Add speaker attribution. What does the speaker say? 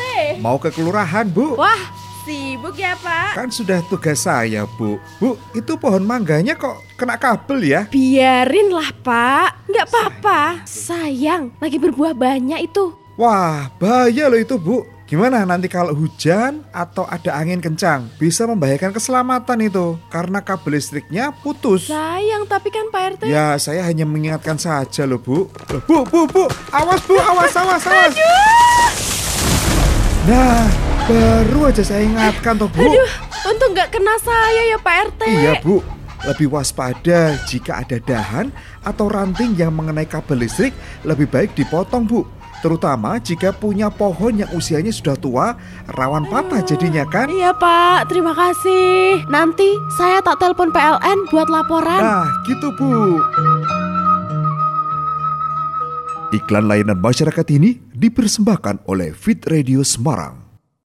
Speaker 1: Eh,
Speaker 2: Mau ke kelurahan, Bu.
Speaker 1: Wah, sibuk ya Pak.
Speaker 2: Kan sudah tugas saya, Bu. Bu, itu pohon mangganya kok kena kabel ya?
Speaker 1: Biarinlah Pak, nggak apa-apa. Sayang, lagi berbuah banyak itu.
Speaker 2: Wah, bahaya loh itu, Bu. Gimana nanti kalau hujan atau ada angin kencang? Bisa membahayakan keselamatan itu karena kabel listriknya putus.
Speaker 1: Sayang, tapi kan Pak RT.
Speaker 2: Ya, saya hanya mengingatkan saja loh, Bu. Loh, Bu, Bu, Bu. Awas, Bu. Awas, awas, awas. Nah, baru aja saya ingatkan toh, Bu.
Speaker 1: Aduh, untung nggak kena saya ya Pak RT.
Speaker 2: Iya, Bu. Lebih waspada jika ada dahan atau ranting yang mengenai kabel listrik, lebih baik dipotong, Bu. Terutama jika punya pohon yang usianya sudah tua, rawan patah jadinya kan?
Speaker 1: Iya Pak, terima kasih. Nanti saya tak telepon PLN buat laporan.
Speaker 2: Nah, gitu, Bu. Iklan layanan masyarakat ini dipersembahkan oleh Fit Radio Semarang.